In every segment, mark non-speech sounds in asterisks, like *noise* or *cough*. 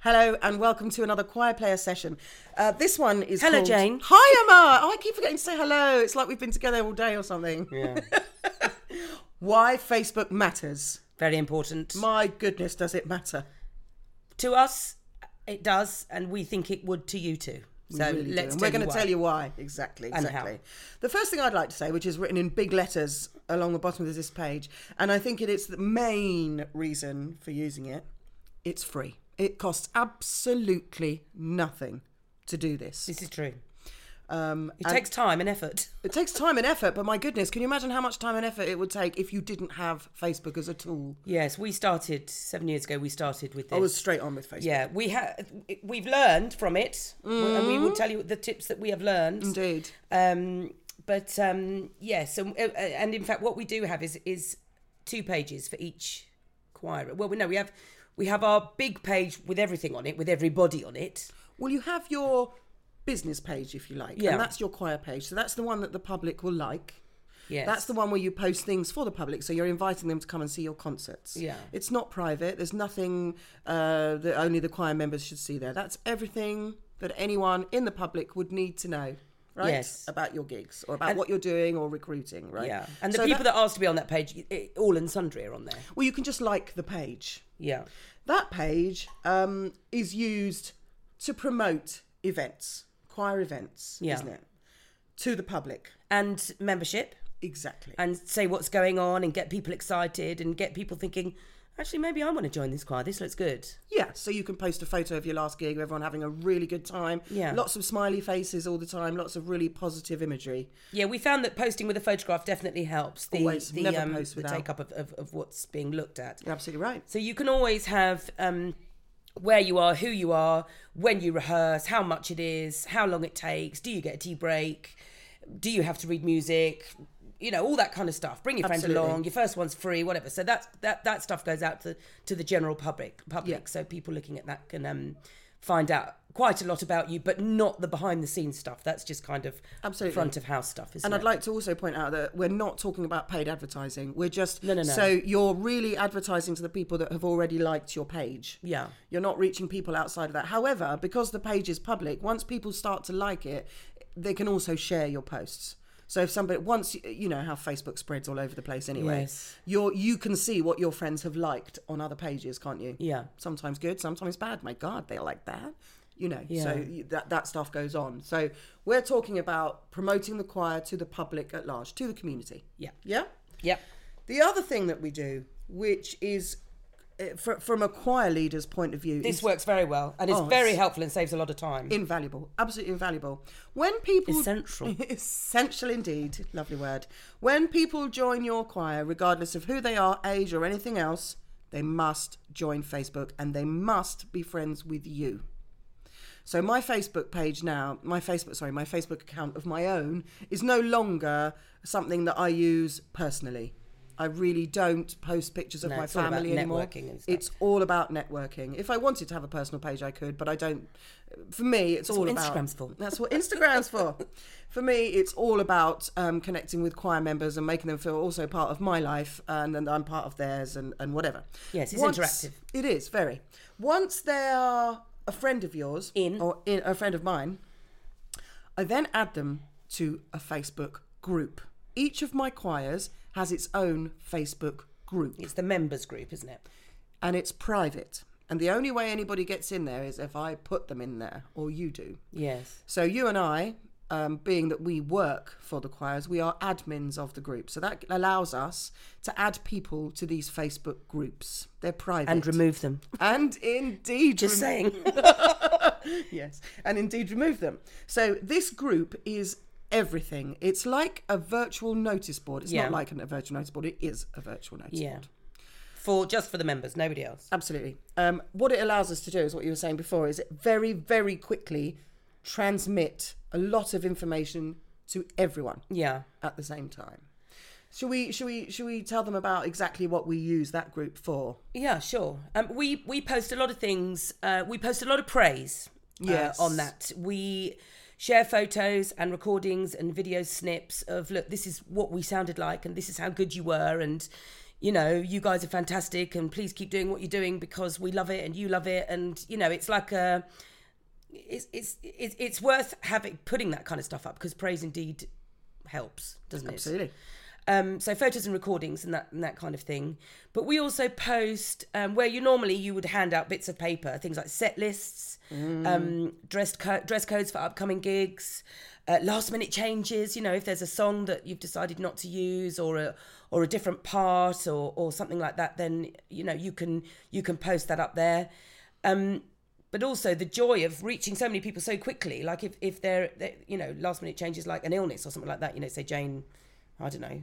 Hello and welcome to another Choir Player session. Uh, this one is Hello, called- Jane. Hi, Emma. Oh, I keep forgetting to say hello. It's like we've been together all day or something. Yeah. *laughs* Why Facebook matters. Very important. My goodness, does it matter? to us, it does, and we think it would to you too. So really do. let's And we're going to why. tell you why exactly. And Exactly. how. The first thing I'd like to say, which is written in big letters along the bottom of this page, and I think it is the main reason for using it. It's free. It costs absolutely nothing to do this. This is true. Um, It takes time and effort. It takes time and effort, but my goodness, can you imagine how much time and effort it would take if you didn't have Facebook as a tool? Yes, we started seven years ago. We started with this. I was straight on with Facebook. yeah, we have. We've learned from it, and we Mm-hmm. will tell you the tips that we have learned. Indeed. Um, but um, yes, and, uh, uh, and in fact, what we do have is is two pages for each choir. Well, we- no, we have we have our big page with everything on it, with everybody on it. Well, you have your business page, if you like, Yeah. and that's your choir page. So that's the one that the public will like. Yes, That's the one where you post things for the public, so you're inviting them to come and see your concerts. Yeah. It's not private. There's nothing uh, that only the choir members should see there. That's everything that anyone in the public would need to know, right? Yes. About your gigs or about what you're doing or recruiting, right? yeah. And the So people that, asked to be on that page, i- i- all and sundry are on there. Well, you can just like the page. Yeah, That page um, is used to promote events, choir events, Yeah. isn't it? To the public. and membership, Exactly. and say what's going on, and get people excited, and get people thinking. Actually, maybe I want to join this choir. This looks good. yeah, so you can post a photo of your last gig, everyone having a really good time. Yeah. Lots of smiley faces all the time, lots of really positive imagery. Yeah, we found that posting with a photograph definitely helps the Always. the, Never um, post the without. take up of, of, of what's being looked at. You're absolutely right. So you can always have um, where you are, who you are, when you rehearse, how much it is, how long it takes, do you get a tea break, do you have to read music, you know, all that kind of stuff. Bring your friends Absolutely. along. Your first one's free, whatever. So that's that that stuff goes out to to the general public, public. Yeah. So people looking at that can um, find out quite a lot about you, but not the behind the scenes stuff. That's just kind of Absolutely. front of house stuff, isn't And I'd it? like to also point out that we're not talking about paid advertising. We're just No, no, no. so you're really advertising to the people that have already liked your page. Yeah. You're not reaching people outside of that. However, because the page is public, once people start to like it, they can also share your posts. So if somebody once you know how Facebook spreads all over the place anyway, Yes. you're you can see what your friends have liked on other pages, can't you? Yeah. Sometimes good, sometimes bad. My God, they like that. You know, so Yeah. you- that that stuff goes on. So we're talking about promoting the choir to the public at large, to the community. Yeah. Yeah. Yep. The other thing that we do, which is uh, fr- from a choir leader's point of view, This is works very well, and it's Oh, very it's- helpful and saves a lot of time. invaluable, absolutely invaluable. When people Essential. *laughs* essential indeed, lovely word. When people join your choir, regardless of who they are, age, or anything else, they must join Facebook and they must be friends with you. So my Facebook page now, my Facebook, sorry, my Facebook account of my own is no longer something that I use personally. I really don't post pictures of No, my it's all about family anymore. networking and stuff. It's all about networking. If I wanted to have a personal page, I could, but I don't. For me, it's all what about Instagram's for. That's what Instagram's *laughs* for. For me, it's all about um, connecting with choir members and making them feel also part of my life, and then I'm part of theirs, and, and whatever. Yes, it's interactive. It is very. Once they are a friend of yours In. or in, a friend of mine, I then add them to a Facebook group. Each of my choirs has its own Facebook group It's the members group, isn't it? and it's private. And the only way anybody gets in there is if I put them in there or you do. Yes. So you and I, um, being that we work for the choirs, we are admins of the group. So that allows us to add people to these Facebook groups. They're private And remove them. and indeed Just rem- saying. *laughs* yes and indeed remove them so this group is everything it's like a virtual notice board it's Yeah. not like an- a virtual notice board it is a virtual notice *laughs* yeah. board For just for the members, nobody else. absolutely um, what it allows us to do is what you were saying before is it very very quickly transmit a lot of information to everyone Yeah. at the same time should we should we should we tell them about exactly what we use that group for Yeah, sure. Um, we we post a lot of things. Uh, we post a lot of praise. uh, Yes. on that we share photos and recordings and video snips of look. This is what we sounded like, and this is how good you were, and you know, you guys are fantastic and please keep doing what you're doing because we love it and you love it. And, you know, it's like a, it's, it's, it's, it's worth having, putting that kind of stuff up because praise indeed helps, doesn't it? Absolutely. um, so photos and recordings and that and that kind of thing. But we also post um, where you normally you would hand out bits of paper, things like set lists, um, dress co- dress codes for upcoming gigs, uh, last minute changes. You know, if there's a song that you've decided not to use or a or a different part or or something like that, then you know you can you can post that up there. Um, but also the joy of reaching so many people so quickly. Like if if they're, they you know last minute changes like an illness or something like that. You know, say Jane, I don't know,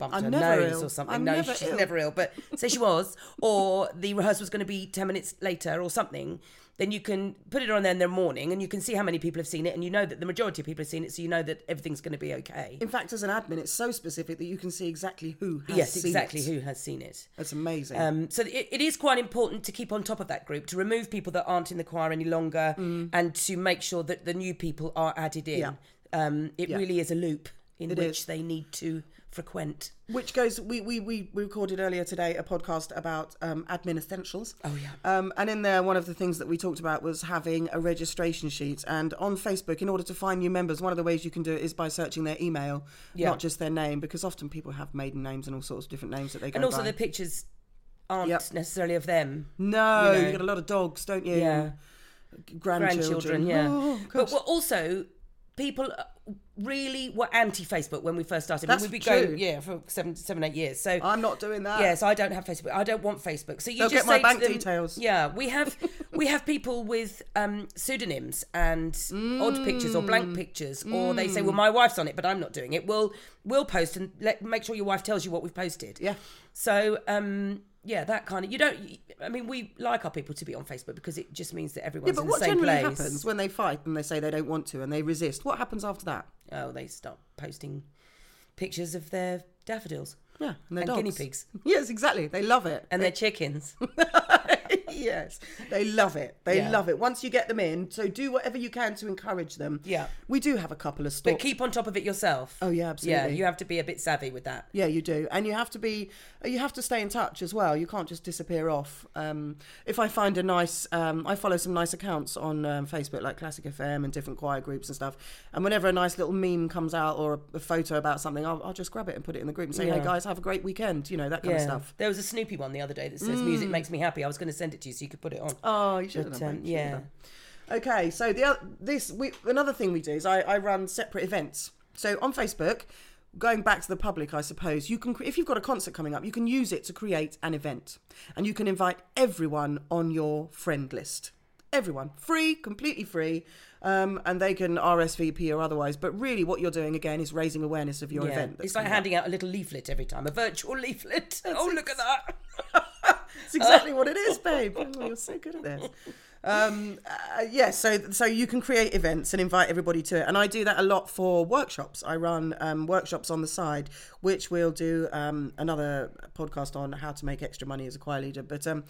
bumped I'm her never nose ill. or something. I'm no, never she's ill. never ill, but say she was, or the rehearsal was going to be ten minutes later or something. Then you can put it on there in the morning, and you can see how many people have seen it, and you know that the majority of people have seen it, so you know that everything's going to be okay. In fact, as an admin, it's so specific that you can see exactly who has yes, seen exactly. it. Who has seen it? That's amazing. Um, so it, it is quite important to keep on top of that group, to remove people that aren't in the choir any longer, and to make sure that the new people are added in. Mm. Yeah. Um, it Yeah. really is a loop in It which is. they need to frequent. Which goes, we, we, we we recorded earlier today a podcast about um, admin essentials. Oh, yeah. Um, and in there, one of the things that we talked about was having a registration sheet. And on Facebook, in order to find new members, one of the ways you can do it is by searching their email, Yeah. not just their name, because often people have maiden names and all sorts of different names that they go And also, by. the pictures aren't Yep. Mm. necessarily of them. no, you you know. have got a lot of dogs, don't you? Yeah. Grandchildren. grandchildren, yeah. Oh, but gosh. we're also, people uh, really were anti Facebook when we first started. I mean, That's we've been true. Oh, going, yeah, for seven, seven, eight years. So I'm not doing that. Yes, I don't have Facebook. I don't want Facebook. So you Uh, They'll get just my say to bank them- details. Yeah, we have we have people with um, pseudonyms and odd pictures or Mm. blank pictures, or they say, "Well, my wife's on it, but I'm not doing it." We'll we'll post and let make sure your wife tells you what we've posted. Yeah. So um, yeah, that kind of you don't. I mean, we like our people to be on Facebook because it just means that everyone's Yeah, but in the what same generally place. happens when they fight and they say they don't want to and they resist? What happens after that? Oh, they start posting pictures of their daffodils Yeah, and, their and dogs. guinea pigs *laughs* Yes, exactly. They love it. and their *laughs* chickens. yes, they love it. They Yeah. love it. Once you get them in, so do whatever you can to encourage them. Yeah. we do have a couple of But stories. keep on top of it yourself. Oh yeah, absolutely. Yeah, you have to be a bit savvy with that. Yeah, you do, and you have to be. You have to stay in touch as well. You can't just disappear off. Um, if I find a nice, um, I follow some nice accounts on um, Facebook, like Classic FM and different choir groups and stuff. And whenever a nice little meme comes out or a, a photo about something, I'll, I'll just grab it and put it in the group and say, Yeah. "Hey guys, have a great weekend." You know that kind of stuff. There was a Snoopy one the other day that says Mm. music makes me happy. I was going to send it to you so you could put it on. Oh, you should have But, done. um, thank you. yeah. Okay, so the oth- this we another thing we do is I, I run separate events. So on Facebook, going back to the public, I suppose you can cre- if you've got a concert coming up, you can use it to create an event, and you can invite everyone on your friend list. Everyone, free, completely free, um, and they can RSVP or otherwise. But really, what you're doing again is raising awareness of your Yeah. Oh, event. that's It's like coming up. handing out a little leaflet every time, a virtual *laughs* leaflet. oh, look at that. It's exactly what it *laughs* is, babe. Oh, you're so good at this. Um, uh, yeah, so so you can create events and invite everybody to it, and I do that a lot for workshops. I run um, workshops on the side, which we'll do um, another podcast on how to make extra money as a choir leader. But um,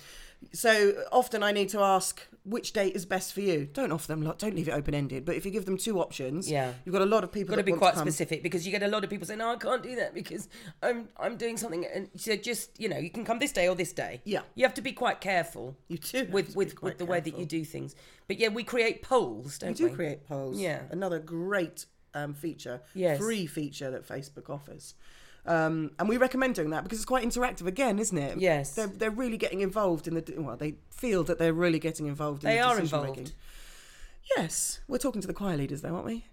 so often I need to ask which date is best for you. Don't offer them lot. Don't leave it open ended. But if you give them two options, Yeah. you've got a lot of people Got that to be want quite to come. specific because you get a lot of people saying, "No, I can't do that because I'm I'm doing something." And so just you know, you can come this day or this day. Yeah. you have to be quite careful You do have to with be with, quite with the way that careful. you do things. But yeah, we create polls, don't We do we? create polls. Yeah. Another great um, feature, Yes. free feature that Facebook offers. Um, and we recommend doing that because it's quite interactive again, isn't it? Yes. They're, they're really getting involved in the, well, they feel that they're really getting involved in They the are decision involved. making. Yes. We're talking to the choir leaders though, aren't we?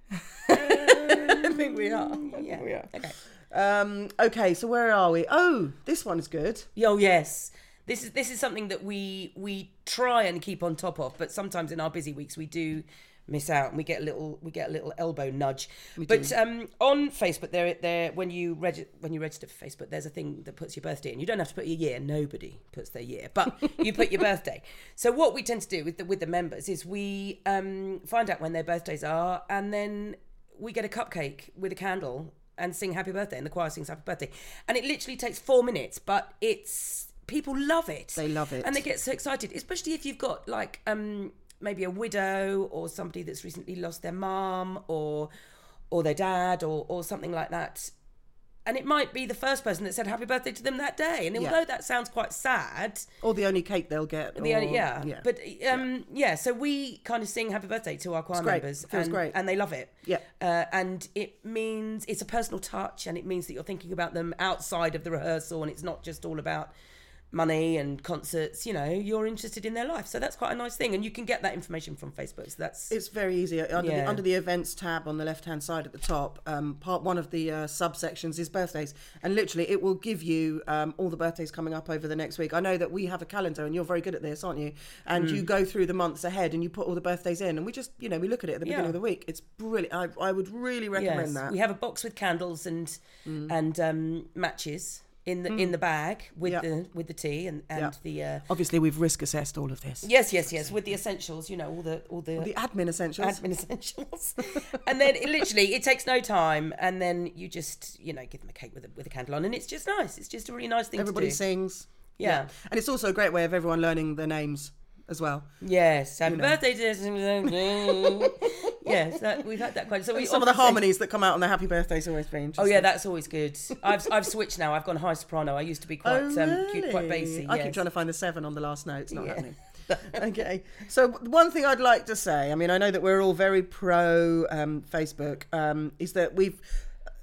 *laughs* I think we are. Yeah, we are. Okay. Um, okay, so where are we? Oh, this one's good. Oh yes, this is this is something that we we try and keep on top of, but sometimes in our busy weeks we do miss out and we get a little we get a little elbow nudge. but um, on Facebook, there there when you reg- when you register for Facebook, there's a thing that puts your birthday in. You don't have to put your year. Nobody puts their year, but you put your birthday. So what we tend to do with the with the members is we um, find out when their birthdays are, and then we get a cupcake with a candle and sing happy birthday and the choir sings happy birthday and it literally takes four minutes but it's people love it They love it. and they get so excited especially if you've got like um maybe a widow or somebody that's recently lost their mum or or their dad or or something like that and it might be the first person that said happy birthday to them that day. And Yeah. although that sounds quite sad, Or the only cake they'll get. the or- only, yeah. yeah. But um, yeah. so we kind of sing happy birthday to our choir great. members, Feels and, great. and they love it. Yeah. uh, and it means it's a personal touch, and it means that you're thinking about them outside of the rehearsal, and it's not just all about money and concerts. You know, you're interested in their life, so that's quite a nice thing, and you can get that information from Facebook. So that's It's very easy under, the, Yeah. under the events tab on the left hand side at the top. Um, part one of the uh, subsections is birthdays, and literally it will give you um, all the birthdays coming up over the next week. I know that we have a calendar, and you're very good at this, aren't you? And Hmm. you go through the months ahead, and you put all the birthdays in, and we just you know we look at it at the beginning Yeah. of the week. It's brilliant. I, I would really recommend that. Mm. We have a box with candles and and um, matches in the in the bag with Yeah. the with the tea and and the. Uh, Obviously, we've risk assessed all of this. Yes, yes, yes. With the essentials, you know, all the all the, The admin essentials. *laughs* admin essentials, and then it literally it takes no time, and then you just you know give them a cake with a, with a candle on, and it's just nice. It's just a really nice thing Everybody to do. sings. yeah. and it's also a great way of everyone learning their names as well. Yes. Happy birthday to. *laughs* yes. That, we've had that quite. So we Some of the often say- harmonies that come out on the happy birthdays always very interesting. Oh yeah, that's always good. I've I've switched now. I've gone high soprano. I used to be quite um, cute, quite Oh, really? bassy. I yes. keep trying to find the seven on the last note. It's not Yeah. *laughs* happening. okay. So one thing I'd like to say, I mean, I know that we're all very pro um, Facebook, um, is that we've,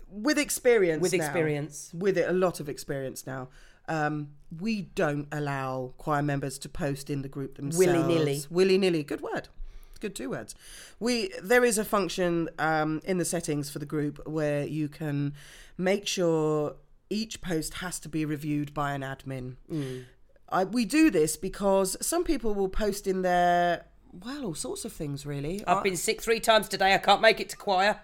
with experience, with now- experience. with it a lot of experience now. Um, we don't allow choir members to post in the group themselves. Willy-nilly. Willy nilly. Good word. Good two words. We there is a function um, in the settings for the group where you can make sure each post has to be reviewed by an admin. I, we do this because some people will post in their well all sorts of things really. I've been sick three times today. I can't make it to choir.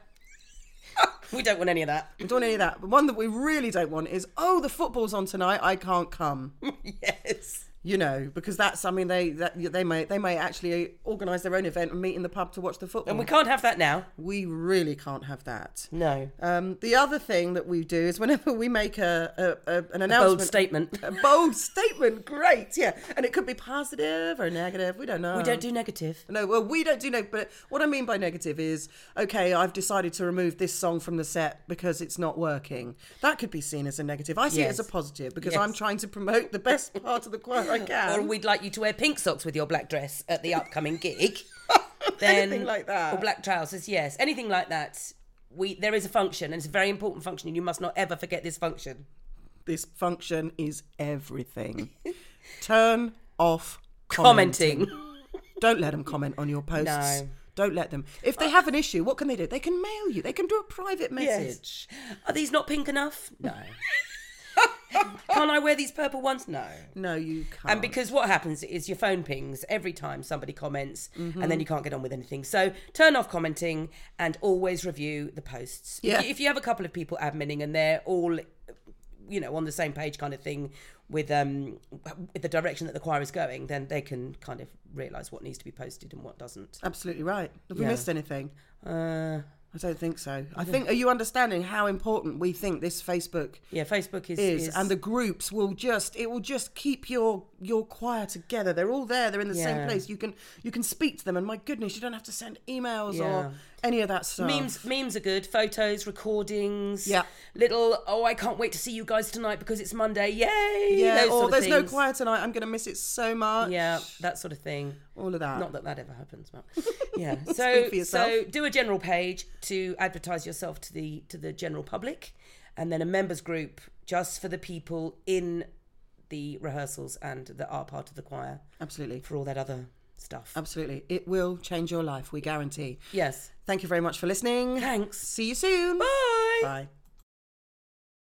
*laughs* we don't want any of that. *laughs* I don't want any of that. But one that we really don't want is oh the football's on tonight. I can't come. yes. you know, because that's I mean they that, they may they may actually organise their own event and meet in the pub to watch the football. And we we, can't have that now. really can't have that. No. Um, the other thing that we do is whenever *laughs* we make a, a, a an Bold announcement. statement. a bold statement, great, yeah, and it could be positive or negative. We don't know. We don't do negative. No, well, we don't do negative. But what I mean by negative is, okay, I've decided to remove this song from the set because it's not working. That could be seen as a negative. I see Yes. it as a positive because Yes. I'm trying to promote the best part of the choir *laughs* I can. Or we'd like you to wear pink socks with your black dress at the upcoming *laughs* gig. Anything like that. Or black trousers, yes. Anything like that. We there is a function and it's a very important function and you must not ever forget this function. this function is *laughs* everything. Turn off commenting. Commenting. Don't let them comment on your posts. No. Don't let them. If they have an issue, what can they do? They can mail you. They can do a private message. Are these not pink enough? *laughs* No. Can't I wear these purple ones? No. No, you can't. And because what happens is your phone pings every time somebody comments, and Mm-hmm. then you can't get on with anything. So turn off commenting and always review the posts. Yeah. If you have a couple of people adminning and they're all, you know, on the same page kind of thing with um with the direction that the choir is going, then they can kind of realise what needs to be posted and what doesn't. Absolutely right. Have we Yeah. missed anything? Uh, I don't think so. I think, are you understanding how important we think this Facebook yeah, Facebook is, is, and the groups will just it will just keep your your choir together they're all there they're in the same Yeah. place you can you can speak to them and my goodness you don't have to send emails Yeah. or any of that stuff Memes, memes are good. Photos, recordings. Yeah. Little. Oh, I can't wait to see you guys tonight because it's Monday. Yay! yeah Those or sort of there's no things. choir tonight i'm gonna miss it so much Yeah, that sort of thing. all of that Not that that ever happens, *laughs* but yeah. Speak So for yourself. so do a general page to advertise yourself to the to the general public, and then a members group just for the people in the rehearsals and that are part of the choir absolutely for all that other stuff. absolutely it will change your life we guarantee yes. thank you very much for listening Thanks. see you soon Bye. bye